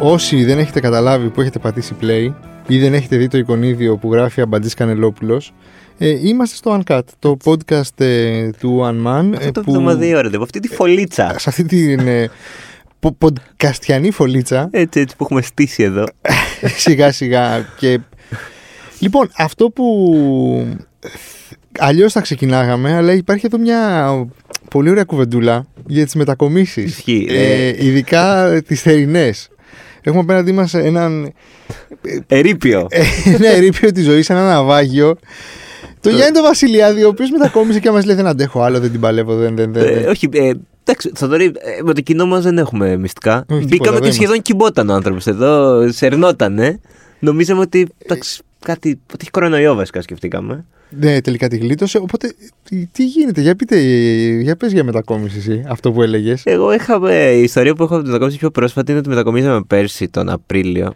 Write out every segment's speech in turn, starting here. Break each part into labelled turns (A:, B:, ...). A: όσοι δεν έχετε καταλάβει που έχετε πατήσει play ή δεν έχετε δει το εικονίδιο που γράφει Αμπαντζής Κανελόπουλος, ε, είμαστε στο Uncut, το podcast ε, του One Man.
B: Αυτό το εβδομαδίο ρε, από αυτή τη φωλίτσα.
A: σε αυτή την ε, πο- ποντκαστιανή φωλίτσα,
B: Έτσι, έτσι που έχουμε στήσει εδώ.
A: σιγά σιγά. Και... Λοιπόν, αυτό που αλλιώς θα ξεκινάγαμε, αλλά υπάρχει εδώ μια πολύ ωραία κουβεντούλα για τις μετακομίσεις.
B: Ισχύει,
A: Ε, ειδικά τις θερινές. Έχουμε απέναντί μας έναν
B: Ε, Ερήπιο.
A: ε, ένα ερήπιο ναι, της ζωής, ένα ναυάγιο. Το Γιάννη το Βασιλιάδη, ο οποίος μετακόμισε και μας λέει: Δεν αντέχω άλλο, δεν την παλεύω, δεν. δεν, δεν,
B: Ε,
A: δεν».
B: όχι, ε, εντάξει, Θοδωρή, ε, με το κοινό μας δεν έχουμε μυστικά.
A: Όχι, τίποτα,
B: Μπήκαμε
A: δεν
B: και σχεδόν κυμπόταν ο άνθρωπος εδώ, σερνότανε. Νομίζαμε ότι. Εντάξει, κάτι. ότι έχει κορονοϊό βασικά σκεφτήκαμε.
A: Ναι, τελικά τη γλίτωσε. Οπότε, τι, τι γίνεται, για πείτε, ε, για πες για μετακόμιση εσύ, αυτό που έλεγες.
B: Εγώ είχα. ε, η ιστορία που έχω από τη μετακόμιση πιο πρόσφατη είναι ότι μετακομίσαμε πέρσι τον Απρίλιο.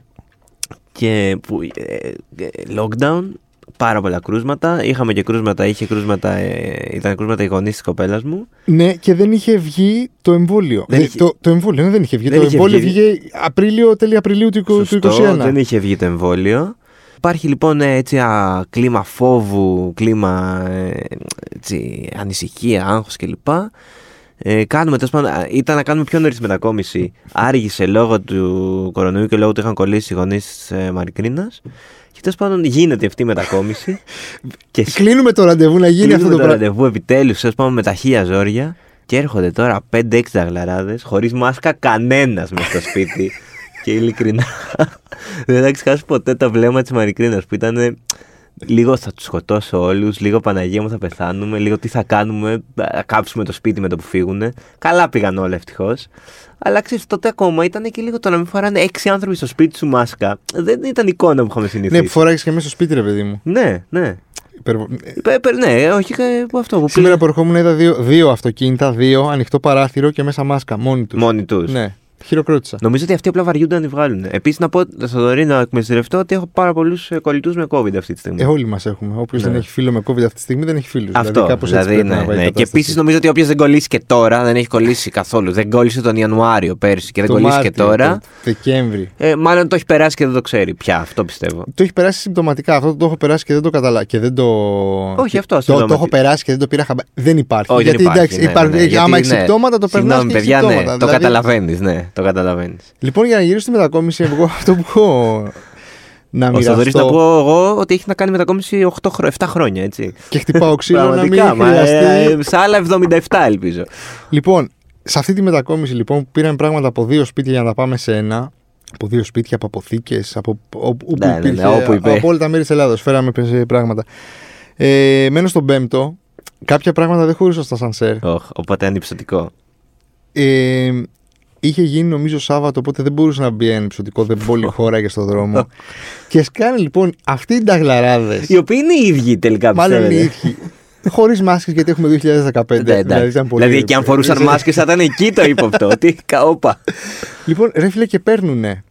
B: Και που, ε, ε, lockdown, πάρα πολλά κρούσματα. Είχαμε και κρούσματα, είχε κρούσματα, ε, ήταν κρούσματα οι γονείς της κοπέλας μου.
A: Ναι, και δεν είχε βγει το εμβόλιο.
B: Δεν
A: Δε-
B: είχε-
A: το, το εμβόλιο, ναι, δεν είχε βγει.
B: Δεν
A: το
B: είχε
A: εμβόλιο
B: βγει.
A: βγήκε Απρίλιο, τέλη Απριλίου του, εικο- του
B: Σωστό,
A: 21.
B: δεν είχε βγει το εμβόλιο. Υπάρχει λοιπόν ε, έτσι α, κλίμα φόβου, κλίμα ε, έτσι, ανησυχία, άγχος κλπ. Ε, κάνουμε, τέλος πάντων, α, ήταν να κάνουμε πιο νωρίς τη μετακόμιση. Άργησε λόγω του κορονοϊού και λόγω του είχαν κολλήσει οι γονείς της ε, Μαρικρίνας. Και τέλος πάντων γίνεται αυτή η μετακόμιση. και
A: Κλείνουμε το ραντεβού να γίνει αυτό
B: κλείνουμε
A: το,
B: το
A: πράγμα.
B: ραντεβού επιτέλους, τέλος πάντων με ταχεία ζόρια. Και έρχονται τώρα 5-6 δαγλαράδες, χωρίς μάσκα κανένας μέσα στο σπίτι. και ειλικρινά δεν θα ξεχάσω ποτέ τα βλέμμα της Μαρικρίνας που ήταν λίγο θα τους σκοτώσω όλους, λίγο Παναγία μου θα πεθάνουμε, λίγο τι θα κάνουμε, θα κάψουμε το σπίτι με το που φύγουνε. Καλά πήγαν όλα ευτυχώς. Αλλά ξέρεις τότε ακόμα ήταν και λίγο το να μην φοράνε έξι άνθρωποι στο σπίτι σου μάσκα. Δεν ήταν εικόνα που είχαμε
A: Ναι, που
B: συνηθίσει.
A: φοράγες και μέσα στο σπίτι, ρε παιδί μου.
B: Ναι, ναι.
A: Υπερβο- Ε,
B: Πε- πε- Ναι, όχι ε, αυτό που
A: Σήμερα που ερχόμουν είδα δύο, δύο αυτοκίνητα, δύο, ανοιχτό παράθυρο και μέσα μάσκα, μόνοι τους.
B: Μόνοι τους.
A: Ναι, χειροκρότησα.
B: Νομίζω ότι αυτοί απλά βαριούνται να τη βγάλουν. Επίσης, να πω στον Δωρή να εκμεταλλευτώ ότι έχω πάρα πολλούς κολλητούς με COVID αυτή τη στιγμή.
A: Ε, όλοι μας έχουμε. Όποιος
B: Ναι.
A: δεν έχει φίλο με COVID αυτή τη στιγμή δεν έχει φίλους.
B: Αυτό.
A: κάπως έτσι
B: δηλαδή,
A: πρέπει να
B: ναι,
A: πάει η
B: ναι. Και
A: κατάσταση.
B: επίσης, νομίζω ότι όποιος δεν κολλήσει και τώρα, δεν έχει κολλήσει καθόλου. Δεν κόλλησε τον Ιανουάριο πέρσι και δεν
A: Το
B: κολλήσει και
A: Μάρτιο,
B: τώρα.
A: το Δεκέμβρη.
B: Ε, μάλλον το έχει περάσει και δεν το ξέρει πια. Αυτό πιστεύω.
A: Το έχει περάσει συμπτωματικά. Αυτό το έχω περάσει και δεν το καταλάβα. Και δεν το.
B: Όχι,
A: και-
B: αυτό,
A: Το, το
B: συμπτωματι-
A: έχω περάσει και δεν το πήρα χαμπάρι. Δεν υπάρχει.
B: Όχι,
A: γιατί
B: δεν υπάρχει.
A: εντάξει,
B: ναι,
A: υπάρχουν-
B: ναι, ναι,
A: άμα
B: γιατί,
A: έχει
B: ναι.
A: συμπτώματα το περνάς.
B: Συγγνώμη, παιδιά, ναι. Το καταλαβαίνεις, ναι. Το καταλαβαίνεις.
A: Δηλαδή, Λοιπόν, για να γυρίσω στη μετακόμιση, εγώ αυτό που έχω να
B: Ο Θοδωρής
A: μοιραστώ.
B: να πω εγώ ότι έχει να κάνει μετακόμιση 8 χρο- 7 χρόνια, έτσι.
A: Και χτυπάω ξύλο να μην
B: μα, ε,
A: χρειαστεί.
B: ε, σε άλλα 77 ελπίζω.
A: Λοιπόν, σε αυτή τη μετακόμιση λοιπόν που πήραν πράγματα από δύο σπίτια για να πάμε σε ένα. Από δύο σπίτια, από αποθήκες, από όπου
B: Ναι, ναι, ναι,
A: υπήρχε,
B: όπου υπήρχε.
A: από όλα τα μέρη της Ελλάδος. Φέραμε πε- πράγματα. Ε, μένω στον πέμπτο. Κάποια πράγματα δεν χωρούσα στα σανσέρ.
B: Οχ, οπότε ανυψωτικό.
A: Ε, είχε γίνει νομίζω Σάββατο, οπότε δεν μπορούσε να μπει ένα ψωτικό, δεν πόλη χώραγε στον δρόμο. και σκάνε λοιπόν αυτοί οι νταγλαράδες.
B: Οι οποίοι είναι οι ίδιοι τελικά
A: μάλλον οι
B: πιστεύετε.
A: ίδιοι. Χωρίς μάσκες γιατί έχουμε 2015.
B: Ναι, εντάξει.
A: δηλαδή, ήταν πολύ... Ναι,
B: Δηλαδή, και αν φορούσαν
A: Είσαι-
B: μάσκες θα ήταν εκεί το ύποπτο. Τι καόπα.
A: Λοιπόν, ρε φίλε και παίρνουνε.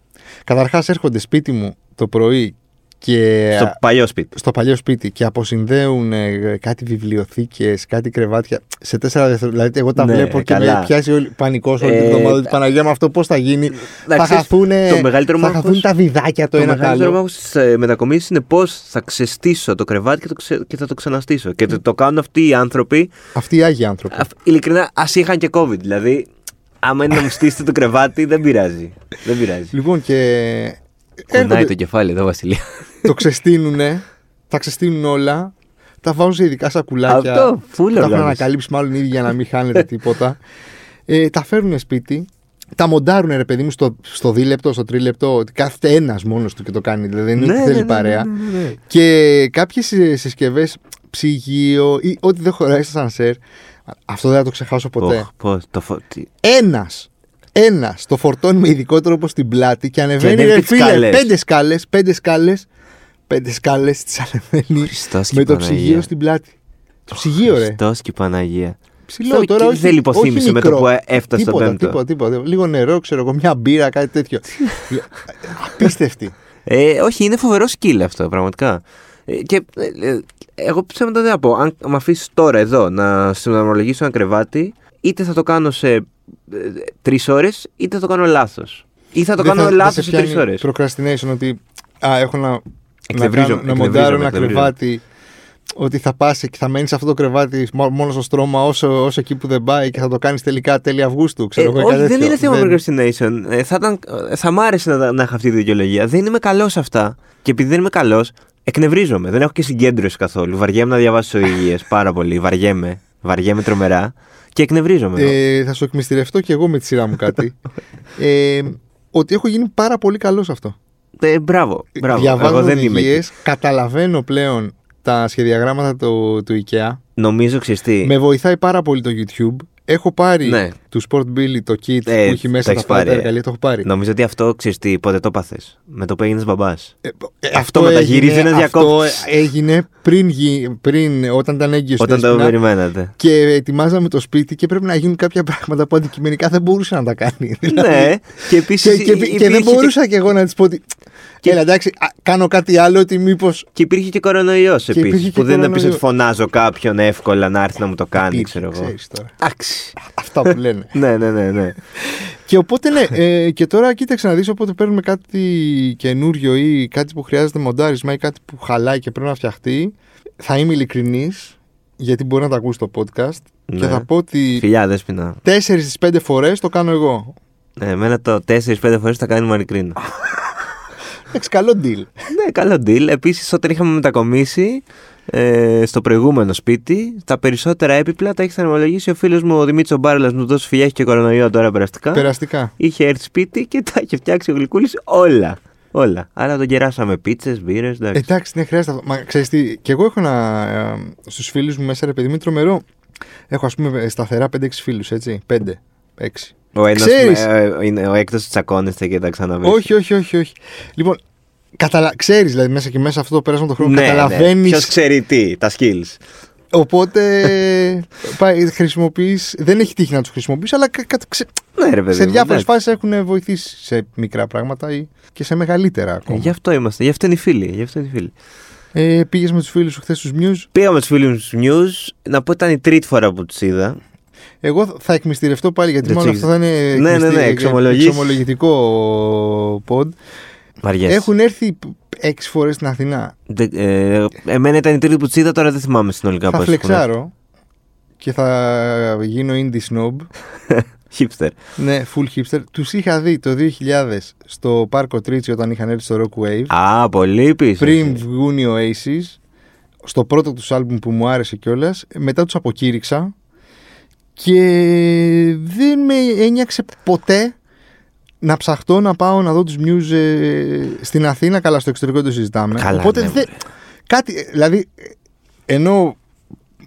A: Καταρχάς έρχονται σπίτι μου το πρωί και
B: Στο παλιό σπίτι.
A: στο παλιό σπίτι και αποσυνδέουν ε, κάτι βιβλιοθήκες, κάτι κρεβάτια. Σε τέσσερα δευτερόλεπτα. Δηλαδή, εγώ τα
B: Ναι,
A: βλέπω και
B: καλά.
A: με πιάσει όλη, πανικός όλη την
B: Ε,
A: εβδομάδα. ότι, Παναγία μου, αυτό πώς θα γίνει. θα
B: ξέρεις,
A: χαθούνε,
B: το μεγαλύτερο
A: θα
B: μάγος-
A: χαθούν τα βιδάκια το,
B: Το
A: ένα το
B: μεγαλύτερο
A: άλλο.
B: μάγο τη μετακομίση είναι πώς θα ξεστήσω το κρεβάτι και, το ξε- και θα το ξαναστήσω. Και το, το κάνουν αυτοί οι άνθρωποι.
A: Αυτοί οι άγιοι άνθρωποι.
B: Αφ- Ειλικρινά, ας είχαν και COVID. Δηλαδή, άμα είναι να μου στήσετε το κρεβάτι, δεν πειράζει. Δεν πειράζει.
A: Λοιπόν, και.
B: Κουνάει
A: έρχονται-
B: το κεφάλι εδώ, Βασιλεία.
A: το ξεστίνουνε, τα ξεστίνουν όλα, τα βάζουν σε ειδικά σακουλάκια.
B: Αυτό, full
A: που Τα έχουν
B: οργάνωση.
A: ανακαλύψει μάλλον οι ίδιοι για να μην χάνετε τίποτα. Ε, τα φέρνουν σπίτι, τα μοντάρουνε ρε παιδί μου στο, στο δίλεπτο, στο τρίλεπτο, ότι κάθεται ένας μόνος του και το κάνει. Δηλαδή δεν είναι
B: Ναι,
A: ότι
B: ναι,
A: θέλει
B: ναι, ναι,
A: παρέα.
B: ναι, ναι, ναι.
A: Και κάποιες συσκευές, ψυγείο ή ό,τι δεν χωράει στα σανσέρ, αυτό δεν θα το ξεχάσω ποτέ.
B: Ωχ, πώς, το φω- τι-
A: Ένας. Ένα το φορτώνει με ειδικό τρόπο στην πλάτη και ανεβαίνει
B: ανέβει
A: ρε
B: τις
A: φίλε.
B: σκάλες.
A: Πέντε σκάλες, πέντε σκάλες. Πέντε σκάλες τις ανεβαίνει
B: Χριστός και
A: με το
B: Παναγία.
A: ψυγείο στην πλάτη. Το ψυγείο, ρε.
B: Χριστός και η Παναγία.
A: Ψηλό
B: Sorry,
A: τώρα.
B: και
A: Όχι,
B: δεν λιποθύμησε
A: όχι
B: με το
A: μικρό.
B: που έφτασε στο
A: τίποτα,
B: πέμπτο.
A: Τίποτα, τίποτα. Λίγο νερό, ξέρω εγώ, μια μπύρα, κάτι τέτοιο. Απίστευτη.
B: Ε, όχι, είναι φοβερό σκύλ αυτό, πραγματικά. Ε, και ε, ε, εγώ ψέματα δεν θα πω. Αν με αφήσεις τώρα εδώ να συναρμολογήσω ένα κρεβάτι, είτε θα το κάνω σε ε, τρεις ώρες, είτε θα το κάνω λάθος. Ή θα το
A: δεν
B: κάνω
A: δεν
B: λάθος
A: σε
B: σε
A: πιάνει
B: τρεις ώρες.
A: Procrastination, ότι α, έχω να, να,
B: Εκνευρίζω-
A: κάνω- να
B: εκνευρίζομαι,
A: μοντάρω ένα
B: εκνευρίζομαι.
A: κρεβάτι. Ότι θα πα και θα μένει σε αυτό το κρεβάτι μο- μόνος στο στρώμα όσο, όσο εκεί που δεν πάει και θα το κάνεις τελικά τέλη Αυγούστου. Ξέρω, εγώ, κάτι
B: Ε, όχι, δεν
A: τέτοιο.
B: είναι θέμα procrastination. Ε, θα, ήταν, ε, θα μ' άρεσε να, τα- να είχα αυτή τη δικαιολογία. Δεν είμαι καλός σε αυτά. Και επειδή δεν είμαι καλός, εκνευρίζομαι. Δεν έχω και συγκέντρωση καθόλου. Βαριέμαι να διαβάσω οδηγίε πάρα πολύ. Βαριέμαι. Βαριέμαι τρομερά. Και εκνευρίζομαι.
A: Ε, θα σου εκμυστηρευτώ και εγώ με τη σειρά μου κάτι. ε, ότι έχω γίνει πάρα πολύ καλός σε αυτό.
B: Ε, μπράβο. μπράβο.
A: Διαβάζω
B: Εγώ δεν είμαι. εκεί.
A: οδηγίες, καταλαβαίνω πλέον τα σχεδιαγράμματα του, του IKEA.
B: Νομίζω ξυστή.
A: Με βοηθάει πάρα πολύ το YouTube. Έχω πάρει
B: Ε. Ναι.
A: του Sport Billy το kit
B: Ε,
A: που έχει μέσα
B: τα
A: τα
B: έχεις
A: αυτά τα
B: πάρει, ε.
A: εργαλεία. Το έχω πάρει.
B: Νομίζω ότι αυτό ξυστή ποτέ το πάθες. Με το που έγινες μπαμπάς.
A: Ε, ε,
B: μεταγυρίζει
A: έγινε-
B: ένας
A: Αυτό
B: διακόπτης.
A: έγινε πριν, γι- πριν όταν ήταν έγκυος.
B: Όταν το περιμένατε.
A: Και ετοιμάζαμε το σπίτι και πρέπει να γίνουν κάποια πράγματα που αντικειμενικά δεν μπορούσε να τα κάνει. Δηλαδή,
B: ναι, και
A: Και,
B: επίσης.
A: και, και δεν μπορούσα και εγώ να της πω ότι. Έλα, εντάξει, α, κάνω κάτι άλλο ότι μήπως.
B: Και υπήρχε και κορονοϊός
A: υπήρχε
B: επίση.
A: και
B: Που δεν είναι να πει
A: κορονοϊός.
B: ότι φωνάζω κάποιον εύκολα να έρθει να μου το κάνει, ξέρω εγώ.
A: τώρα.
B: Εντάξει.
A: Αυτά που λένε.
B: Ναι, ναι, ναι, ναι.
A: Και οπότε ναι, ε, και τώρα κοίταξε να δεις όποτε παίρνουμε κάτι καινούριο ή κάτι που χρειάζεται μοντάρισμα ή κάτι που χαλάει και πρέπει να φτιαχτεί, θα είμαι ειλικρινής, γιατί μπορεί να τα ακούσει το podcast και
B: Ναι.
A: θα πω ότι
B: Φιλιά, δέσπινα.
A: τέσσερις στις πέντε φορές το κάνω εγώ.
B: Ναι, εμένα το 4-5 φορές θα κάνει μαρικρίνα.
A: Εντάξει, καλό deal.
B: ναι, καλό deal. Επίσης, όταν είχαμε μετακομίσει ε, στο προηγούμενο σπίτι, τα περισσότερα έπιπλα τα έχει θερμολογήσει ο φίλος μου ο Δημήτρης Μπάρλα, μου δώσει φιλιά, έχει και κορονοϊό τώρα περαστικά.
A: Περαστικά.
B: Είχε έρθει σπίτι και τα είχε φτιάξει ο Γλυκούλης όλα. Όλα. Άρα τον κεράσαμε πίτσες, μπύρες, εντάξει.
A: Εντάξει, ναι, χρειάζεται αυτό. Μα ξέρεις τι, και εγώ έχω ένα. Ε, στους φίλους μου μέσα, ρε παιδί μου, είναι τρομερό. Έχω ας πούμε σταθερά 5-6 φίλους, έτσι. 5-6.
B: Ο ένας,
A: ξέρεις.
B: ε, ε, είναι ο έκτος τσακώνεστε και τα ξαναβρίσκει.
A: Όχι, όχι, όχι, όχι. Λοιπόν, καταλα... ξέρεις δηλαδή μέσα και μέσα αυτό το πέρασμα του χρόνου.
B: ναι,
A: Καταλαβαίνεις.
B: Ποιος ξέρει τι, τα skills.
A: Οπότε πάει, χρησιμοποιείς, δεν έχει τύχει να τους χρησιμοποιήσει, αλλά κα- κα- ξε-
B: Ναι, ρε παιδί.
A: σε
B: μου,
A: διάφορες
B: εντάξει.
A: φάσεις έχουν βοηθήσει σε μικρά πράγματα ή και σε μεγαλύτερα
B: Ε,
A: ακόμα.
B: Γι' αυτό είμαστε, γι' αυτό είναι οι φίλοι. Γι αυτό είναι οι φίλοι.
A: Ε, Πήγες με τους φίλους σου χθες του Μιου.
B: Πήγαμε τους φίλους News, να πω ήταν η τρίτη φορά που τους είδα.
A: Εγώ θα εκμυστηρευτώ πάλι γιατί
B: Δεν
A: μάλλον
B: τσίγεις.
A: αυτό θα είναι
B: Ναι, ναι, ναι,
A: εκμυστηρι-
B: εξομολογείς.
A: εξομολογητικό pod.
B: Βαριέσαι.
A: Έχουν έρθει π- έξι φορές στην Αθηνά.
B: Δε- ε, εμένα ήταν η τρίτη που τους είδα, τώρα δεν θυμάμαι συνολικά
A: θα
B: πόσες ναι.
A: φλεξάρω και θα γίνω indie snob.
B: φορές. Hipster.
A: ναι, full hipster. Τους είχα δει το 2000 στο πάρκο Τρίτσι όταν είχαν έρθει στο Rock Wave.
B: Α, πολύ πίσω. Ναι.
A: πριν βγουν οι Oasis, στο πρώτο τους άλμπουμ που μου άρεσε κιόλας, μετά τους αποκήρυξα και δεν με ένιωξε ποτέ να ψαχτώ να πάω να δω τους Muse ε, στην Αθήνα, καλά στο εξωτερικό το συζητάμε.
B: Καλά,
A: Οπότε
B: ναι,
A: δεν- κάτι, ε, δηλαδή, ε, ενώ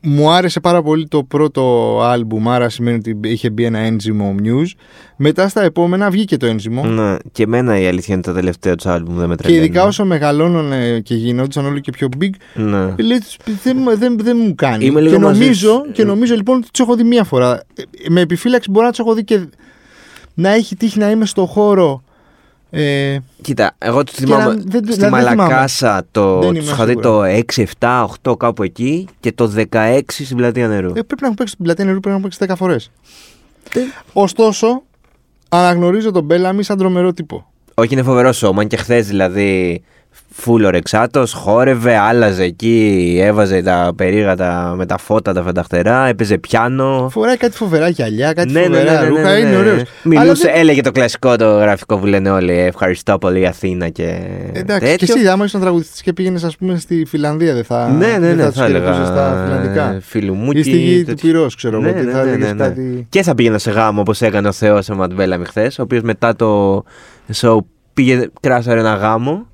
A: μου άρεσε πάρα πολύ το πρώτο άλμπουμ, άρα σημαίνει ότι είχε μπει ένα ένζυμο Muse, μετά στα επόμενα βγήκε το ένζυμο.
B: Ναι, και εμένα η αλήθεια είναι τα τελευταία του άλμπουμ δεν με
A: Και
B: τρελαίνουν.
A: ειδικά όσο μεγαλώνανε και γινόντουσαν όλο και πιο big,
B: Ναι.
A: Ε, Λέει, δεν, μου- δεν, δεν μου κάνει.
B: Είμαι λίγο
A: και,
B: μαζί
A: νομίζω,
B: σου. Ε.
A: και νομίζω λοιπόν ότι τους έχω δει μία φορά. Ε, Με επιφύλαξη μπορώ να τους έχω δει και να έχει τύχει να είμαι στο χώρο. Ε,
B: Κοίτα, εγώ του
A: να-
B: θυμάμαι
A: δεν- δεν-
B: στη
A: δεν θυμάμαι.
B: Μαλακάσα το,
A: Δεν
B: τους
A: είμαι
B: είχα δει
A: σίγουρα.
B: το 6, 7, 8 κάπου εκεί και το 16 στην πλατεία νερού.
A: ε, πρέπει να έχω παίξει την πλατεία νερού, πρέπει να έχω παίξει 10 φορέ.
B: Τε-
A: Ωστόσο, αναγνωρίζω τον Μπέλαμι σαν τρομερό τύπο.
B: Όχι, είναι φοβερό σώμα. Και χθες δηλαδή φούλο ρεξάτος, χόρευε, άλλαζε εκεί, έβαζε τα περίεργα τα, με τα φώτα τα φανταχτερά, έπαιζε πιάνο.
A: Φοράει κάτι φοβερά γυαλιά, κάτι
B: Ναι,
A: φοβερά ρούχα, είναι ωραίο.
B: Μιλούσε, έλεγε το κλασικό το γραφικό που λένε όλοι. «Ε, Ευχαριστώ πολύ Αθήνα και.
A: Εντάξει,
B: ε, τέτοιο.
A: και εσύ, άμα ήσουν τραγουδιστής και πήγαινες, ας πούμε, στη Φιλανδία, δεν θα,
B: Ναι, ναι,
A: δεν
B: ναι,
A: θα, τους
B: θα έλεγα. ε,
A: χαιρετούσες στα φιλανδικά.
B: Φίλου μου
A: Ή στη γη του
B: τέτοιο.
A: πυρός, ξέρω εγώ,
B: Ναι,
A: ότι
B: ναι,
A: θα
B: ναι,
A: έλεγες
B: ναι, ναι.
A: κάτι-
B: Και θα πήγαινα σε γάμο όπως έκανε ο Θεός ο Ματ Μπέλαμι χθες, ο οποίος μετά το show πήγε κράσαρε ένα γάμο.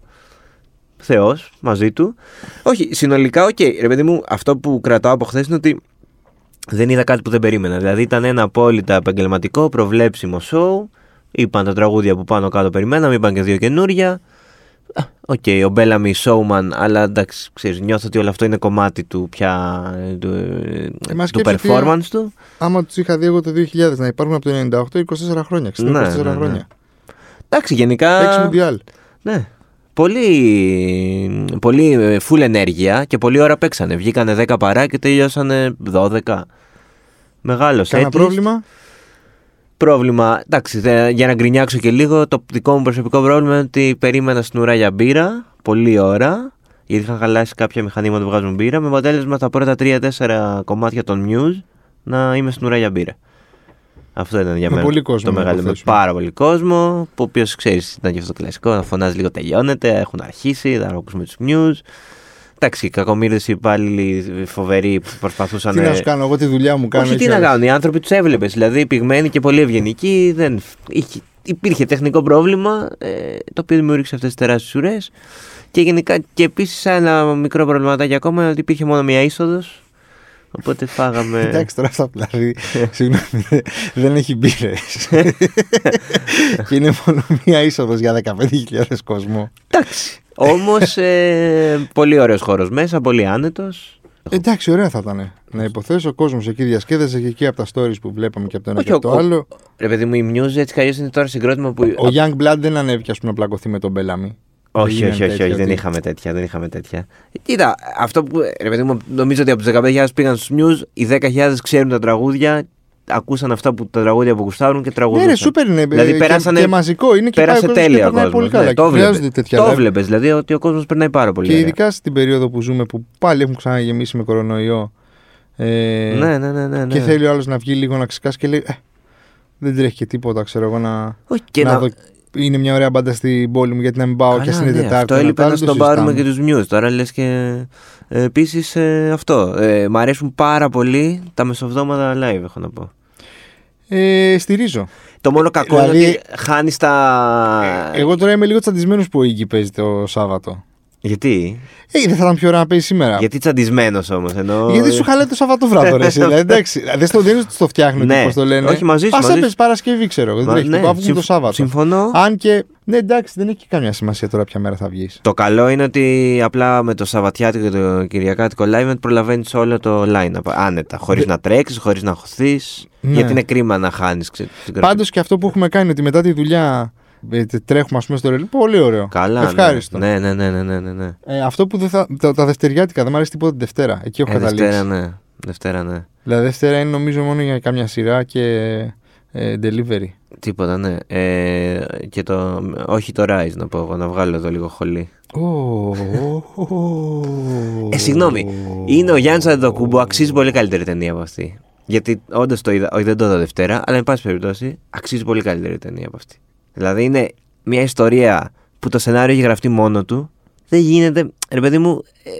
B: Θεό μαζί του. Όχι, συνολικά, οκ. Ρε παιδί μου, αυτό που κρατάω από χθες είναι ότι δεν είδα κάτι που δεν περίμενα. Δηλαδή ήταν ένα απόλυτα επαγγελματικό, προβλέψιμο show. Είπαν τα τραγούδια που πάνω κάτω περιμέναμε, είπαν και δύο καινούρια. Α, Οκ, ο Μπέλαμι showman, αλλά εντάξει, ξέρεις, νιώθω ότι όλο αυτό είναι κομμάτι του πια. ε, του, ε,
A: Μας
B: του
A: σκέψου τι-
B: performance του.
A: Άμα τους είχα δει εγώ το 2000 να υπάρχουν από το 98, 24 χρόνια. 60, 24
B: Ναι, ναι, Ε, ναι.
A: χρόνια.
B: Εντάξει, γενικά.
A: Έξι Μουντιάλ.
B: Ναι. Πολύ, πολύ ε, full ενέργεια και πολλή ώρα παίξανε. Βγήκανε 10 παρά και τελειώσανε 12. Μεγάλο
A: Κάνα πρόβλημα.
B: Πρόβλημα. Εντάξει, δε- για να γκρινιάξω και λίγο, το δικό μου προσωπικό πρόβλημα είναι ότι περίμενα στην ουρά για μπύρα πολλή ώρα. Γιατί είχαν χαλάσει κάποια μηχανήματα που βγάζουν μπύρα. Με αποτέλεσμα τα πρώτα 3-4 κομμάτια των news να είμαι στην ουρά για μπύρα. Αυτό ήταν για
A: Με
B: μένα.
A: πολύ κόσμο,
B: το
A: να
B: μεγάλο. Με
A: υποθέσουμε.
B: πάρα πολύ κόσμο. Που οποίος ξέρεις, ήταν και αυτό το κλασικό. Να φωνάζει λίγο τελειώνεται. Έχουν αρχίσει. Θα ακούσουμε τους news. Εντάξει, κακομίρδε οι υπάλληλοι φοβεροί που προσπαθούσαν.
A: Τι να σου κάνω, εγώ τη δουλειά μου κάνω.
B: Όχι, τι
A: έτσι,
B: να
A: έτσι.
B: κάνουν. Οι άνθρωποι τους έβλεπες. Δηλαδή, πυγμένοι και πολύ ευγενικοί. Δεν... είχε- Υπήρχε τεχνικό πρόβλημα ε, το οποίο δημιούργησε αυτές τις τεράστιες ουρές. Και γενικά, και επίσης ένα μικρό προβληματάκι ακόμα είναι ότι υπήρχε μόνο μία είσοδος. Οπότε φάγαμε.
A: Εντάξει τώρα αυτά δηλαδή.
B: Ε.
A: Συγγνώμη, δε- δεν έχει μπύρες. και είναι μόνο μία είσοδος για 15.000 κόσμο.
B: Εντάξει. Όμως, ε, πολύ ωραίος χώρος μέσα, πολύ άνετος. Ε.
A: Εντάξει, ωραία θα ήταν. Να υποθέσω ο κόσμος εκεί διασκέδασε και εκεί από τα stories που βλέπαμε και από το ένα
B: Όχι,
A: και από
B: ο-
A: το
B: ο-
A: άλλο.
B: Ρε παιδί μου, η Muse έτσι καλώ είναι τώρα συγκρότημα που.
A: Ο Young Blood δεν ανέβηκε, ας πούμε, να πλακωθεί με τον Μπέλαμι.
B: Όχι,
A: Δεν
B: όχι, όχι,
A: τέτοια,
B: όχι, δεν
A: τι.
B: είχαμε τέτοια, δεν είχαμε τέτοια. Κοίτα, αυτό που, ρε παιδί μου, νομίζω ότι από τους 15.000 πήγαν στους news, οι 10.000 ξέρουν τα τραγούδια, ακούσαν αυτά που, τα τραγούδια που γουστάρουν και τραγουδούσαν.
A: Ναι, ρε, σούπερ είναι.
B: Δηλαδή
A: ε,
B: περάσανε-
A: και, και μαζικό είναι και
B: Πέρασε
A: πάει ο κόσμος
B: τέλεια
A: και
B: ο
A: περνάει
B: κόσμος.
A: πολύ
B: ναι,
A: καλά. και
B: το
A: χρειάζονται
B: βλέπεις,
A: τέτοια
B: το
A: live.
B: βλέπες, δηλαδή ότι ο κόσμος περνάει πάρα πολύ.
A: Και
B: ωραία.
A: ειδικά στην περίοδο που ζούμε που πάλι έχουν ξαναγεμίσει με κορονοϊό. Ε,
B: ναι, ναι, ναι, ναι, ναι.
A: Και θέλει ο άλλος να βγει λίγο να ξεκάσει και λέει. «Ε, δεν τρέχει και τίποτα, ξέρω εγώ να.
B: Όχι, και
A: να
B: να-
A: δω, είναι μια ωραία μπάντα στην πόλη μου, γιατί να μην πάω
B: Καλά,
A: και στην
B: ναι,
A: Τετάρτη.
B: Αυτό
A: ένα
B: έλειπε
A: άλλο,
B: να
A: το
B: στον πάρουμε και
A: συζητάμε.
B: τους news. Τώρα λες και... Επίση αυτό. Ε, μ' αρέσουν πάρα πολύ τα μεσοβδόματα live, έχω να πω.
A: Ε, στηρίζω.
B: Το μόνο κακό είναι
A: Δηλαδή- Ε,
B: ότι χάνεις τα.
A: Εγώ τώρα είμαι λίγο τσαντισμένος που ο Ιγκη παίζει το Σάββατο.
B: Γιατί,
A: Ε, δεν θα ήταν πιο ωραία να παίζεις σήμερα.
B: γιατί τσαντισμένος όμως. Ενώ...
A: Γιατί σου χαλάει το Σαββατοβράδυ, ρε. εσύ, δηλαδή, εντάξει. Δεν στο δίνεις, το φτιάχνουν
B: Ναι.
A: πώ το λένε.
B: Όχι, μαζί σου,
A: Ας
B: μαζί σου.
A: έπαιζε Παρασκευή, ξέρω εγώ. Δεν
B: Μα-
A: τρέχει.
B: ναι,
A: τίποτα, αφού είναι το
B: συμφ-
A: Σάββατο.
B: συμφωνώ.
A: Αν και. Ναι, εντάξει, δεν έχει και καμιά σημασία τώρα ποια μέρα θα βγεις.
B: Το καλό είναι ότι απλά με το Σαββατιάτικο και το Κυριακάτικο live προλαβαίνεις όλο το line-up άνετα. Χωρίς να τρέξεις, χωρίς να χωθείς.
A: Ναι.
B: Γιατί είναι κρίμα να χάνεις.
A: Πάντως και αυτό που έχουμε κάνει ότι μετά τη δουλειά ε, τε- τρέχουμε, ας πούμε, στο ρελί. Πολύ ωραίο.
B: Καλά. ναι.
A: Ευχάριστο.
B: Ναι, ναι, ναι, ναι. ναι, ναι, ναι.
A: Ε, αυτό που δεν θα. Τα, τα δευτεριάτικα δεν μου αρέσει τίποτα την Δευτέρα. Εκεί έχω
B: Ε,
A: καταλήξει.
B: Δευτέρα, ναι. Δευτέρα, ναι.
A: Δηλαδή, Δευτέρα είναι νομίζω μόνο για κάμια σειρά και ε, delivery.
B: Τίποτα, ναι. Ε, και το. Όχι το Rise να πω εγώ, να βγάλω εδώ λίγο χολή. Ε, συγγνώμη. Είναι ο Γιάννης Αντοκούμπο, αξίζει πολύ καλύτερη ταινία από αυτή. Γιατί όντως το είδα, όχι δεν το είδα Δευτέρα, αλλά εν πάση περιπτώσει αξίζει πολύ καλύτερη ταινία από αυτή. Δηλαδή είναι μια ιστορία που το σενάριο έχει γραφτεί μόνο του. Δεν γίνεται, ρε παιδί μου, ε,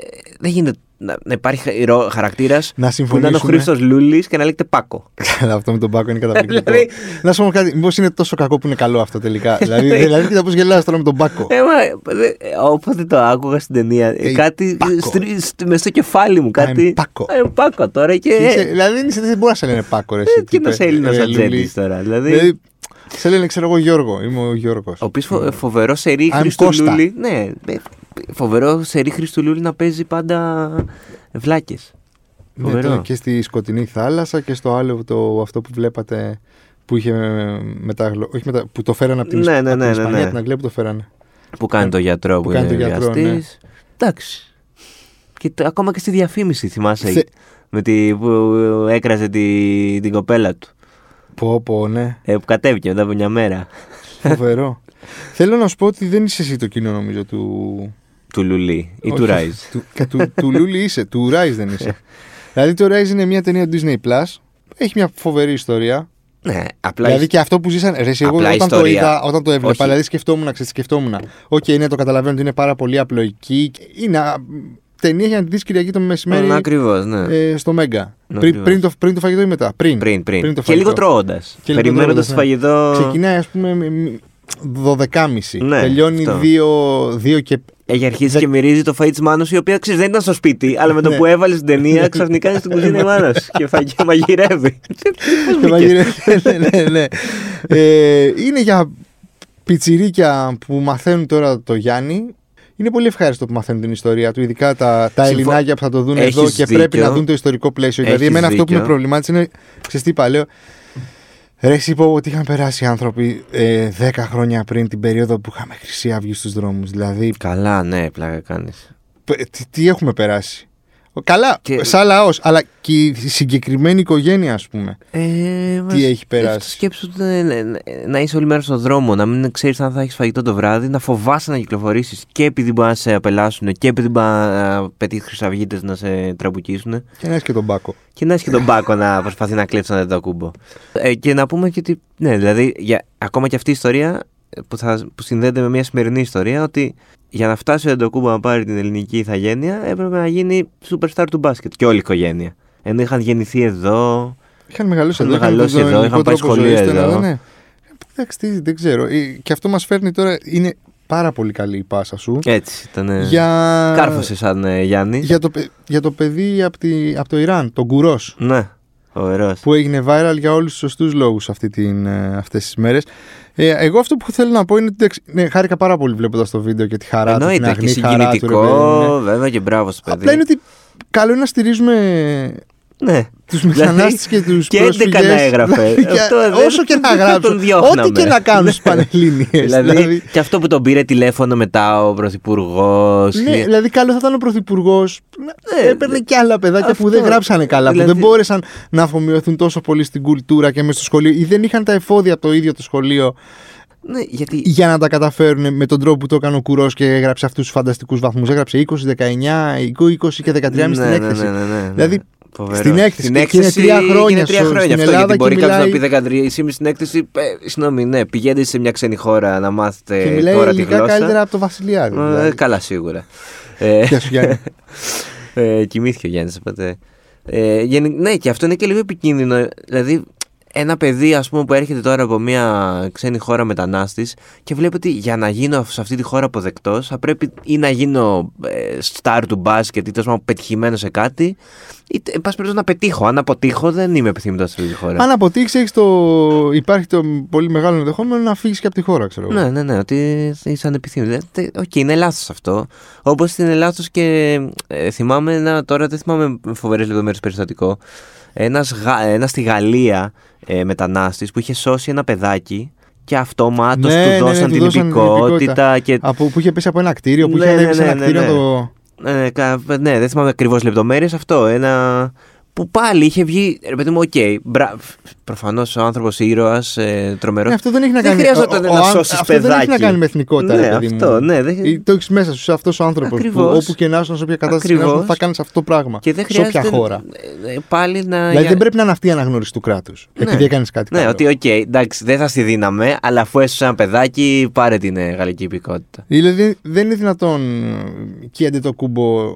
B: δεν γίνεται να, να υπάρχει χαρακτήρας
A: Να
B: που να είναι ο
A: συμφωνήσουμε.
B: Χρήστος Λούλης και να λέγεται Πάκο.
A: Καλά, αυτό με τον Πάκο είναι καταπληκτικό.
B: Δηλαδή-
A: Να σου πω κάτι, μήπως είναι τόσο κακό που είναι καλό αυτό τελικά. δηλαδή, δηλαδή, κοίτα πώς γελάς τώρα με τον Πάκο.
B: Ε, μα, δε- ε, όποτε το άκουγα στην ταινία, ε,
A: Ε,
B: κάτι
A: Πάκο.
B: στρι- στ- μες στο κεφάλι μου, κάτι.
A: I'm Πάκο.
B: I'm Πάκο τώρα και.
A: Και είσαι- δηλαδή, είναι- δεν μπορείς να σε λένε Πάκο, ρε.
B: Ε,
A: εσύ,
B: τι να
A: τύπε,
B: σε Έλληνα
A: ρε,
B: ατζέντη
A: Λουλής.
B: τώρα. Δηλαδή,
A: Δηλαδή, σε λένε, ξέρω εγώ, Γιώργο. Είμαι ο Γιώργος.
B: ο οποίος φο, ε, φοβερό σερή
A: I'm
B: Χριστουλούλη. Ναι, ε, φοβερό σερή Χριστουλούλη να παίζει πάντα βλάκες.
A: Ναι,
B: Φοβερό.
A: το- και στη σκοτεινή θάλασσα και στο άλλο το, αυτό που βλέπατε που είχε με- μετά, όχι μετά, που το φέρανε από την,
B: Ναι,
A: Ισπα- από
B: ναι,
A: την
B: ναι, ναι,
A: Ισπανία,
B: ναι.
A: την Αγγλία που το φέρανε.
B: Που κάνει το γιατρό που,
A: κάνει
B: είναι
A: το γιατρό, ναι.
B: βιαστής. Εντάξει. Και το- ακόμα και στη διαφήμιση θυμάσαι.
A: Θε-
B: Με τη, που έκραζε τη, την κοπέλα του.
A: Πω, πω, ναι.
B: Ε, που κατέβηκε μετά από μια μέρα.
A: Φοβερό. Θέλω να σου πω ότι δεν είσαι εσύ το κοινό, νομίζω, του.
B: Του Λουλί ή
A: όχι,
B: του Ράιζ.
A: Του, και του, του Λούλη είσαι, του Ράιζ δεν είσαι. δηλαδή το Ράιζ είναι μια ταινία Disney Plus. Έχει μια φοβερή ιστορία.
B: Ναι, απλά.
A: δηλαδή
B: η-
A: και αυτό που ζήσαν. Ρε, εσύ, εγώ
B: Απλά
A: όταν το,
B: ιστορία.
A: είδα, όταν το έβλεπα,
B: Όχι.
A: δηλαδή σκεφτόμουν, ξέρεις, σκεφτόμουν. Οκ, ναι, το καταλαβαίνω ότι είναι πάρα πολύ απλοϊκή. Είναι α, ταινία για να τη δεις Κυριακή το μεσημέρι
B: Ακριβώς, ναι.
A: ε, στο Μέγκα. Πριν,
B: Ναι, ακριβώς.
A: πριν, το, πριν το φαγητό ή μετά. Πριν.
B: πριν, πριν.
A: πριν το
B: και λίγο
A: φαγητό.
B: τρώοντας.
A: Και λίγο
B: Περιμένοντας
A: τρώγοντας,
B: το
A: ναι.
B: φαγητό.
A: Ξεκινάει, ας πούμε, με- με 12.30.
B: Ναι,
A: Τελειώνει
B: αυτό.
A: 2, 2 και.
B: Έχει αρχίσει Ε, και μυρίζει το φαΐ της μάνας η οποία ξέρεις δεν ήταν στο σπίτι, αλλά με το
A: Ναι.
B: που έβαλε την ταινία ξαφνικά είναι στην κουζίνα η μάνα και φαγεί και μαγειρεύει. Πώς
A: και
B: μπήκε?
A: μαγειρεύει. ναι, ναι, ναι. Ε, είναι για πιτσιρίκια που μαθαίνουν τώρα το Γιάννη. Είναι πολύ ευχάριστο που μαθαίνουν την ιστορία του, ειδικά τα, τα
B: Συμφω-
A: Ελληνάκια που θα το δουν
B: Έχεις
A: εδώ και
B: δίκιο.
A: πρέπει να δουν το ιστορικό πλαίσιο. δηλαδή,
B: Έχεις
A: εμένα αυτό που
B: δίκιο.
A: με προβλημάτισε είναι. Ξέρεις τι είπα, λέω. Ρε, εσύ είπα ότι είχαν περάσει οι άνθρωποι ε, 10 χρόνια πριν την περίοδο που είχαμε Χρυσή Αυγή στους δρόμους. Δηλαδή,
B: Καλά, ναι, πλάκα κάνεις.
A: Πε- τι, τι έχουμε περάσει. Καλά,
B: Και-
A: σαν λαός. Αλλά και η συγκεκριμένη οικογένεια, ας πούμε.
B: Ε,
A: Τι έχει περάσει.
B: Σκέψου ε, ναι, ναι, να είσαι όλη μέρα στον δρόμο, να μην ξέρεις αν θα έχεις φαγητό το βράδυ, να φοβάσαι να κυκλοφορήσεις και επειδή μπορεί να σε απελάσουν και επειδή μπορεί να πετύχει χρυσαυγίτες να σε τραμπουκίσουν.
A: Και να έχεις και τον μπάκο.
B: Και να έχεις και τον Πάκο να προσπαθεί να κλέψει ένα τέτοιο κούμπο. Ε, και να πούμε και ότι. Ναι, δηλαδή για, ακόμα και αυτή η ιστορία ε, που, θα, που συνδέεται με μια σημερινή ιστορία ότι για να φτάσει ο Εντοκούμπο να πάρει την ελληνική ηθαγένεια έπρεπε να γίνει superstar του μπάσκετ και όλη η οικογένεια. Ενώ είχαν γεννηθεί εδώ.
A: Είχαν μεγαλώσει
B: Είχαν
A: εδώ.
B: μεγαλώσει
A: τον
B: εδώ,
A: ελληνικό
B: είχαν πάει
A: τρόπο
B: σχολεία
A: ζωής,
B: εδώ.
A: αλλά ναι. Εντάξει, τι- δεν ξέρω. Ε, Και αυτό μας φέρνει τώρα. Είναι πάρα πολύ καλή η πάσα σου.
B: Έτσι ήταν.
A: Για...
B: ε, Κάρφωσε σαν ε, Γιάννη.
A: Για το, παι- για το παιδί από, τη, απ' το Ιράν, τον Κουρός,
B: Ναι, ωραίο.
A: που έγινε viral για όλους τους σωστούς λόγους αυτές τις μέρες. Ε, εγώ αυτό που θέλω να πω είναι ότι εντάξει, ναι, χάρηκα πάρα πολύ βλέποντας το βίντεο και τη χαρά του, την
B: Εννοείται και
A: αγνή χαρά του. ρε
B: συγκινητικό,
A: παιδί μου, ναι.
B: βέβαια και μπράβο στο παιδί.
A: Απλά είναι ότι καλό είναι να στηρίζουμε
B: Ναι.
A: τους μετανάστε και τους
B: Δηλαδή, και 11 να έγραφε. Αυτό δεν-
A: όσο και να
B: δεν
A: γράψουν.
B: τον διώχναμε.
A: Ό,τι και να κάνουν στους Πανελλήνιες.
B: δηλαδή, και αυτό που τον πήρε τηλέφωνο μετά ο πρωθυπουργός.
A: Ναι, δηλαδή καλό θα ήταν ο Πρωθυπουργός.
B: Ναι,
A: Έπαιρνε και άλλα παιδάκια
B: αυτό.
A: που δεν γράψανε καλά,
B: Δηλαδή-
A: που δεν μπόρεσαν να αφομοιωθούν τόσο πολύ στην κουλτούρα και μέσα στο σχολείο ή δεν είχαν τα εφόδια από το ίδιο το σχολείο
B: Ναι, γιατί.
A: για να τα καταφέρουν με τον τρόπο που το έκανε ο Κουρός και έγραψε αυτούς τους φανταστικούς βαθμούς. Έγραψε 20, 19, 20 και 13,5
B: ναι,
A: στην
B: ναι,
A: έκθεση.
B: ναι, ναι, ναι, ναι.
A: Δηλαδή,
B: Φοβερό.
A: στην έκθεση, και είναι τρία χρόνια
B: είναι τρία
A: στο-
B: χρόνια
A: στην
B: αυτό,
A: Ελλάδα
B: γιατί μπορεί
A: και
B: κάποιος να
A: μιλάει-
B: πει 13,5 στην έκθεση. Ε, συγγνώμη, ναι, πηγαίνετε σε μια ξένη χώρα να μάθετε
A: και μιλάει
B: Ε, τώρα τη
A: ελληνικά
B: γλώσσα.
A: καλύτερα από το Βασιλιάδη.
B: Ε,
A: δηλαδή.
B: Καλά, σίγουρα. Ε,
A: Γεια σου, Γιάννη.
B: Ε, κοιμήθηκε ο Γιάννης, οπότε. Ε, γενι- ναι, και αυτό είναι και λίγο επικίνδυνο. Δηλαδή, ένα παιδί, ας πούμε, που έρχεται τώρα από μια ξένη χώρα μετανάστης και βλέπει ότι για να γίνω σε αυτή τη χώρα αποδεκτός, θα πρέπει ή να γίνω ε, star του μπάσκετ ή τέλος πάντων πετυχημένο σε κάτι, ή ε, εν πάση περιπτώσει να πετύχω. Αν αποτύχω, δεν είμαι επιθυμητός σε αυτή τη χώρα.
A: Αν αποτύχεις, έχεις το... υπάρχει το πολύ μεγάλο ενδεχόμενο να φύγεις και από τη χώρα, ξέρω εγώ.
B: Ναι, ναι, ναι, ότι είσαι ανεπιθύμητος. Ε, τε- Οκ, είναι λάθος αυτό. Όπως είναι λάθος και ε, θυμάμαι ένα, τώρα δεν θυμάμαι φοβερές λεπτομέρειες περιστατικό. Ένας ένας στη Γαλλία ε, μετανάστης που είχε σώσει ένα παιδάκι και αυτομάτως
A: Ναι, ναι, ναι,
B: του δώσαν
A: του
B: την
A: δώσαν την
B: υπηκότητα. Και...
A: Από που είχε πέσει από ένα κτίριο, που
B: Ναι,
A: είχε
B: ναι,
A: ανέβει σε
B: ναι,
A: ένα
B: ναι,
A: κτίριο.
B: ναι.
A: Το...
B: Ε, κα- ναι, δεν θυμάμαι ακριβώς λεπτομέρειες. Αυτό. Ένα. που πάλι είχε βγει. Ρε παιδί μου, οκ. Προφανώς ο άνθρωπος ήρωας, ε, τρομερός.
A: Ναι, αυτό δεν έχει να
B: Δεν
A: κάνει
B: χρειάζονταν
A: ο- ο-
B: να
A: αν-
B: σώσεις
A: Αυτό δεν έχει να
B: παιδάκι.
A: κάνει με εθνικότητα,
B: Ναι,
A: ρε παιδί
B: αυτό,
A: μου.
B: ναι, δεν-
A: Ή Το έχεις μέσα σου, αυτός ο άνθρωπος.
B: Ακριβώς.
A: Όπου και να είσαι, σε όποια κατάσταση και να είσαι,
B: Ακριβώς.
A: θα κάνεις αυτό το πράγμα.
B: Και δεν
A: σε
B: χρειάζεται.
A: όποια χώρα.
B: ε, ε, Πάλι να.
A: Δηλαδή
B: για-
A: δεν πρέπει να είναι αυτή η αναγνώριση του κράτους. Επειδή έκανες κάτι
B: Ναι,
A: καλό.
B: ότι οκ, εντάξει, δεν θα στη δίναμε, αλλά αφού έσωσε ένα παιδάκι, πάρε την ε, γαλλική υπηκότητα.
A: Δηλαδή δεν είναι δυνατόν και αντί το κούμπο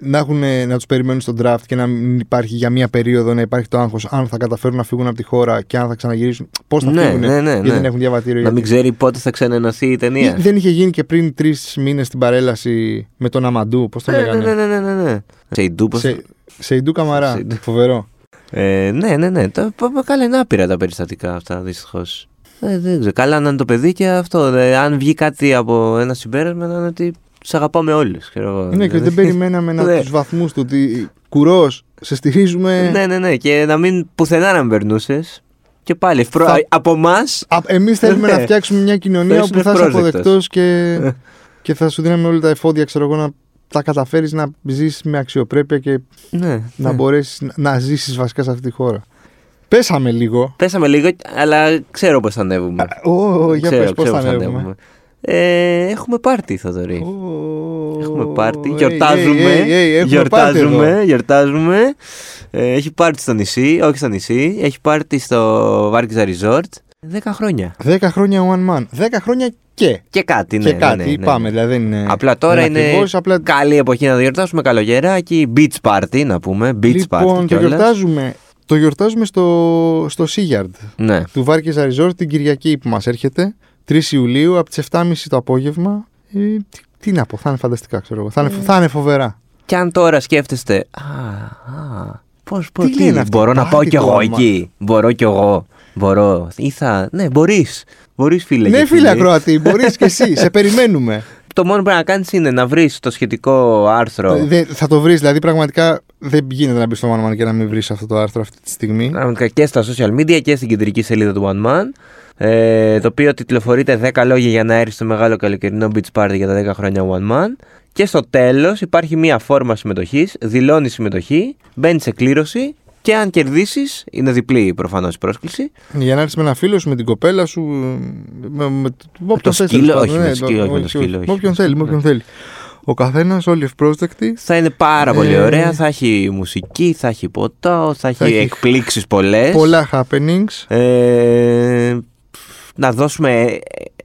A: να, έχουν, να τους περιμένουν στον draft και να μην υπάρχει για μία περίοδο να υπάρχει το άγχος αν θα καταφέρουν να φύγουν από τη χώρα και αν θα ξαναγυρίσουν. Πώς θα
B: Ναι,
A: φύγουν,
B: ναι, ναι,
A: γιατί
B: ναι.
A: δεν έχουν διαβατήριο.
B: Να μην
A: γιατί- Ε,
B: ξέρει πότε θα ξανενωθεί η ταινία.
A: Δεν είχε γίνει και πριν τρεις μήνες την παρέλαση με τον Αμαντού, πώς το
B: ναι,
A: λέγανε.
B: ναι, ναι, ναι, ναι,
A: Ε,
B: ναι. Σε ιντού, πώς-
A: Σε, Σεϊντού Καμαρά.
B: Σεϊντού.
A: Φοβερό.
B: Ε, ναι, ναι, ναι. Τα, πα- πα- καλά είναι άπειρα τα περιστατικά αυτά, δυστυχώς. Ε, δεν ξέρω. Καλά να είναι το παιδί και αυτό. ε, αν βγει κάτι από ένα συμπέρασμα, να είναι ότι του αγαπάμε όλου.
A: ναι, και δεν περιμέναμε να
B: Ναι.
A: τους βαθμούς του ότι κουρός, σε στηρίζουμε.
B: Ναι, ναι, ναι. Και να μην πουθενά να περνούσες. Και πάλι, ευπρο-
A: Θα-
B: α- από εμάς.
A: Εμείς θέλουμε
B: Ναι.
A: να φτιάξουμε μια κοινωνία
B: Θα
A: όπου θα είσαι
B: ήσουν
A: αποδεκτό
B: ευπρόσδεκτος.
A: και, και θα σου δίναμε όλα τα εφόδια, ξέρω εγώ, να τα καταφέρεις να ζήσεις με αξιοπρέπεια και
B: Ναι,
A: να
B: ναι.
A: μπορέσεις να ζήσεις βασικά σε αυτή τη χώρα. Πέσαμε λίγο.
B: Πέσαμε λίγο, αλλά ξέρω πώς θα ανέβουμε.
A: Ω, ω, για
B: Ναι. Ξέρω,
A: πες πώς
B: ξέρω
A: θα
B: πώς
A: ανέβουμε.
B: Ε, έχουμε πάρτι, Θοδωρή.
A: Ω,
B: Έχουμε πάρτι,
A: hey,
B: γιορτάζουμε.
A: hey, hey, hey, έχουμε πάρτι εδώ.
B: γιορτάζουμε, γιορτάζουμε. Ε, έχει πάρτι στο νησί, όχι στο νησί. Έχει πάρτι στο Βάρκιζα Resort. 10 χρόνια.
A: Δέκα χρόνια one man. Δέκα χρόνια και.
B: Και κάτι, ναι.
A: και
B: ναι,
A: κάτι,
B: ναι, ναι.
A: πάμε. Δηλαδή δεν είναι.
B: Απλά τώρα
A: δεν
B: είναι
A: ακριβώς, απλά...
B: καλή εποχή να το γιορτάσουμε καλογεράκι. Beach party, να πούμε. Beach party
A: Λοιπόν, το
B: κιόλας.
A: γιορτάζουμε, το γιορτάζουμε στο, στο Seaguard.
B: Ναι.
A: του Βάρκεζα Resort την Κυριακή που μας έρχεται, 3 Ιουλίου, από τις 7.30 το απόγευμα. Ε, τι, τι να πω, θα είναι φανταστικά, ξέρω εγώ. Θα
B: Ναι.
A: είναι, φο- θα είναι φοβερά.
B: Και αν τώρα σκέφτεστε. Α, α, πώς, πώς,
A: Τι λένε αυτοί,
B: μπορώ να
A: πάρτι
B: πάω
A: το
B: κι εγώ
A: άμα.
B: εκεί. Μπορώ κι εγώ. Μπορώ. Ή θα. Ναι, μπορείς. Μπορείς, φίλε.
A: ναι,
B: και
A: φίλε
B: φίλοι.
A: Ακροατή, μπορείς και εσύ, σε περιμένουμε.
B: το μόνο που πρέπει να κάνεις είναι να βρεις το σχετικό άρθρο.
A: Δε- θα το βρεις, δηλαδή πραγματικά δεν γίνεται να μπεις στο One Man και να μην βρεις αυτό το άρθρο αυτή τη στιγμή.
B: Πραγματικά και στα social media και στην κεντρική σελίδα του One Man. Ε, το οποίο τυπλοφορείται 10 λόγια για να έρθει στο μεγάλο καλοκαιρινό beach party για τα 10 χρόνια One Man. Και στο τέλος υπάρχει μία φόρμα συμμετοχής, δηλώνει συμμετοχή, μπαίνει σε κλήρωση και αν κερδίσεις, είναι διπλή προφανώς η πρόσκληση.
A: Για να έρθεις με ένα φίλο σου, με την κοπέλα σου. Με, με, με όποιον
B: το
A: θες,
B: σκύλο,
A: τέλος
B: όχι,
A: πάντων,
B: με
A: ναι,
B: το σκύλο, όχι, με το σκύλο, ναι.
A: Με
B: όχι.
A: όποιον θέλει, με όποιον θέλει. Ο καθένας, όλοι ευπρόσδεκτοι.
B: Θα είναι πάρα πολύ
A: Ε,
B: ωραία. Θα έχει μουσική, θα έχει ποτό, θα, έχει
A: έχει
B: εκπλήξεις πολλές.
A: Πολλά happenings.
B: Ε, να δώσουμε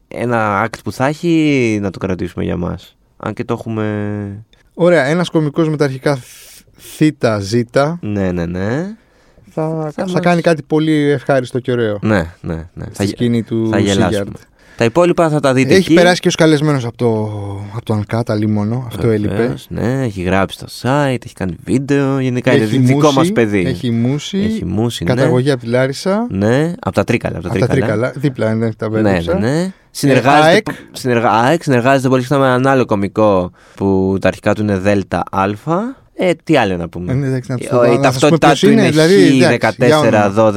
B: ένα act που θα έχει να το κρατήσουμε για μας. Αν και το έχουμε...
A: Ωραία, ένας κωμικός με τα αρχικά θήτα ζήτα
B: Ναι, ναι, ναι.
A: θα,
B: Θα
A: θα,
B: μας-
A: κάνει κάτι πολύ ευχάριστο και ωραίο
B: Ναι, ναι, ναι.
A: στη
B: γε-
A: σκηνή του
B: θα γελάσουμε.
A: Σίγκαρντ.
B: Τα υπόλοιπα θα τα δείτε
A: Έχει
B: εκεί.
A: περάσει και ω καλεσμένο από το, από το Uncut, αλίμονο. Αυτό έλειπε.
B: Βεβαίως, Ναι, έχει γράψει στο site, έχει κάνει βίντεο. Γενικά
A: Έχει
B: είναι δικό
A: μουσι,
B: μας παιδί.
A: Έχει μουσι.
B: Έχει μουσι, ναι.
A: καταγωγή από τη Λάρισα.
B: Ναι, από τα τρίκαλα. Από τα
A: Από τα
B: τρίκαλα.
A: τρίκαλα. Δίπλα είναι τα
B: Ναι,
A: μπέρδεψα.
B: ναι, ναι. Συνεργάζεται,
A: ΑΕΚ.
B: πο- συνεργα- ΑΕΚ, συνεργάζεται πολύ συχνά με έναν άλλο κομικό που τα αρχικά του είναι ΔΕΛΤΑ ΑΛΦΑ. Ε, τι άλλο να πούμε.
A: Ε, ναι, εντάξει, να τους
B: Ε,
A: το- να
B: Η
A: σας πούμε
B: ταυτότητά
A: ποιος
B: του είναι
A: δηλαδή, εντάξει, για όνομα.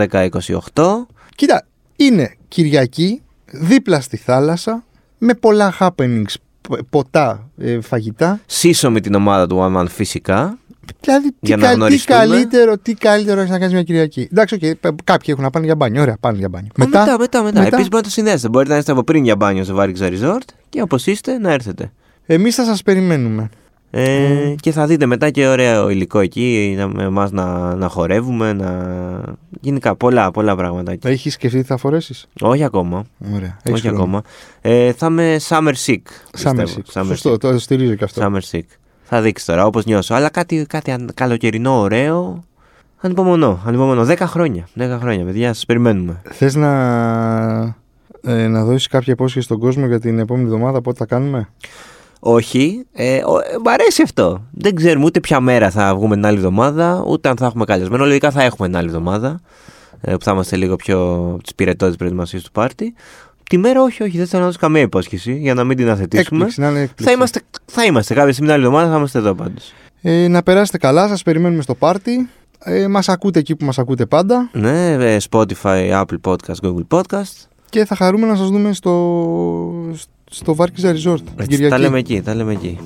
B: Χ14-12-28.
A: Κοίτα, είναι Κυριακή, δίπλα στη θάλασσα, με πολλά happenings, π- ποτά, ε, φαγητά.
B: Σύσσωμη την ομάδα του One Man φυσικά.
A: Δηλαδή, τι,
B: Για να
A: κα- τι
B: γνωριστούμε.
A: καλύτερο, τι καλύτερο έχεις να κάνεις μια Κυριακή. Εντάξει, οκ, π- κάποιοι έχουν να πάνε για μπάνιο. Ωραία, πάνε για μπάνιο.
B: Μετά, μετά, μετά. μετά.
A: μετά.
B: Επίσης μπορείτε να το συνδέσετε. Μπορείτε να είστε από πριν για μπάνιο στο Βάριξα Resort και όπως είστε να έρθετε.
A: εμείς θα σας περιμένουμε.
B: Ε, Και θα δείτε μετά και ωραίο υλικό εκεί, να- με εμάς να, να χορεύουμε, να... γενικά πολλά, πολλά πράγματα. εκεί.
A: Έχεις σκεφτεί τι θα φορέσεις.
B: Όχι ακόμα,
A: Ωραία. έχεις
B: όχι
A: χρόνο.
B: ακόμα. Ε, θα είμαι summer sick.
A: Summer
B: πιστεύω.
A: Sick.
B: Summer
A: Σωστό, το στηρίζω και
B: sick.
A: αυτό.
B: Summer sick. Θα δείξεις τώρα όπως νιώσω. Αλλά κάτι, κάτι αν- καλοκαιρινό, ωραίο. Ανυπομονώ, ανυπομονώ. Δέκα χρόνια. Δέκα χρόνια, παιδιά, σας περιμένουμε.
A: Θες να, ε, να δώσεις κάποια υπόσχεση στον κόσμο για την επόμενη εβδομάδα, πότε θα κάνουμε.
B: Όχι, ε, ο- ε, μ' αρέσει αυτό. Δεν ξέρουμε ούτε ποια μέρα θα βγούμε την άλλη εβδομάδα, ούτε αν θα έχουμε καλεσμένο. Λογικά θα έχουμε την άλλη εβδομάδα, ε, που θα είμαστε λίγο πιο τη πυρετότητα προετοιμασίας του πάρτι. Τη μέρα όχι, όχι, δεν θέλω να δώσω καμία υπόσχεση για να μην την αθετήσουμε.
A: Έκπληξη, να είναι έκπληξη.
B: Θα είμαστε, θα είμαστε κάποια στιγμή την άλλη εβδομάδα, θα είμαστε εδώ πάντως.
A: Ε, να περάσετε καλά, σας περιμένουμε στο πάρτι. Ε, μας ακούτε εκεί που μας ακούτε πάντα
B: Ναι, ε, Spotify, Apple Podcast, Google Podcast.
A: και θα χαρούμε να σας δούμε στο, στο Βάρκιζα Resort την
B: Έτσι, τα
A: Κυριακή.
B: λέμε εκεί, τα λέμε εκεί.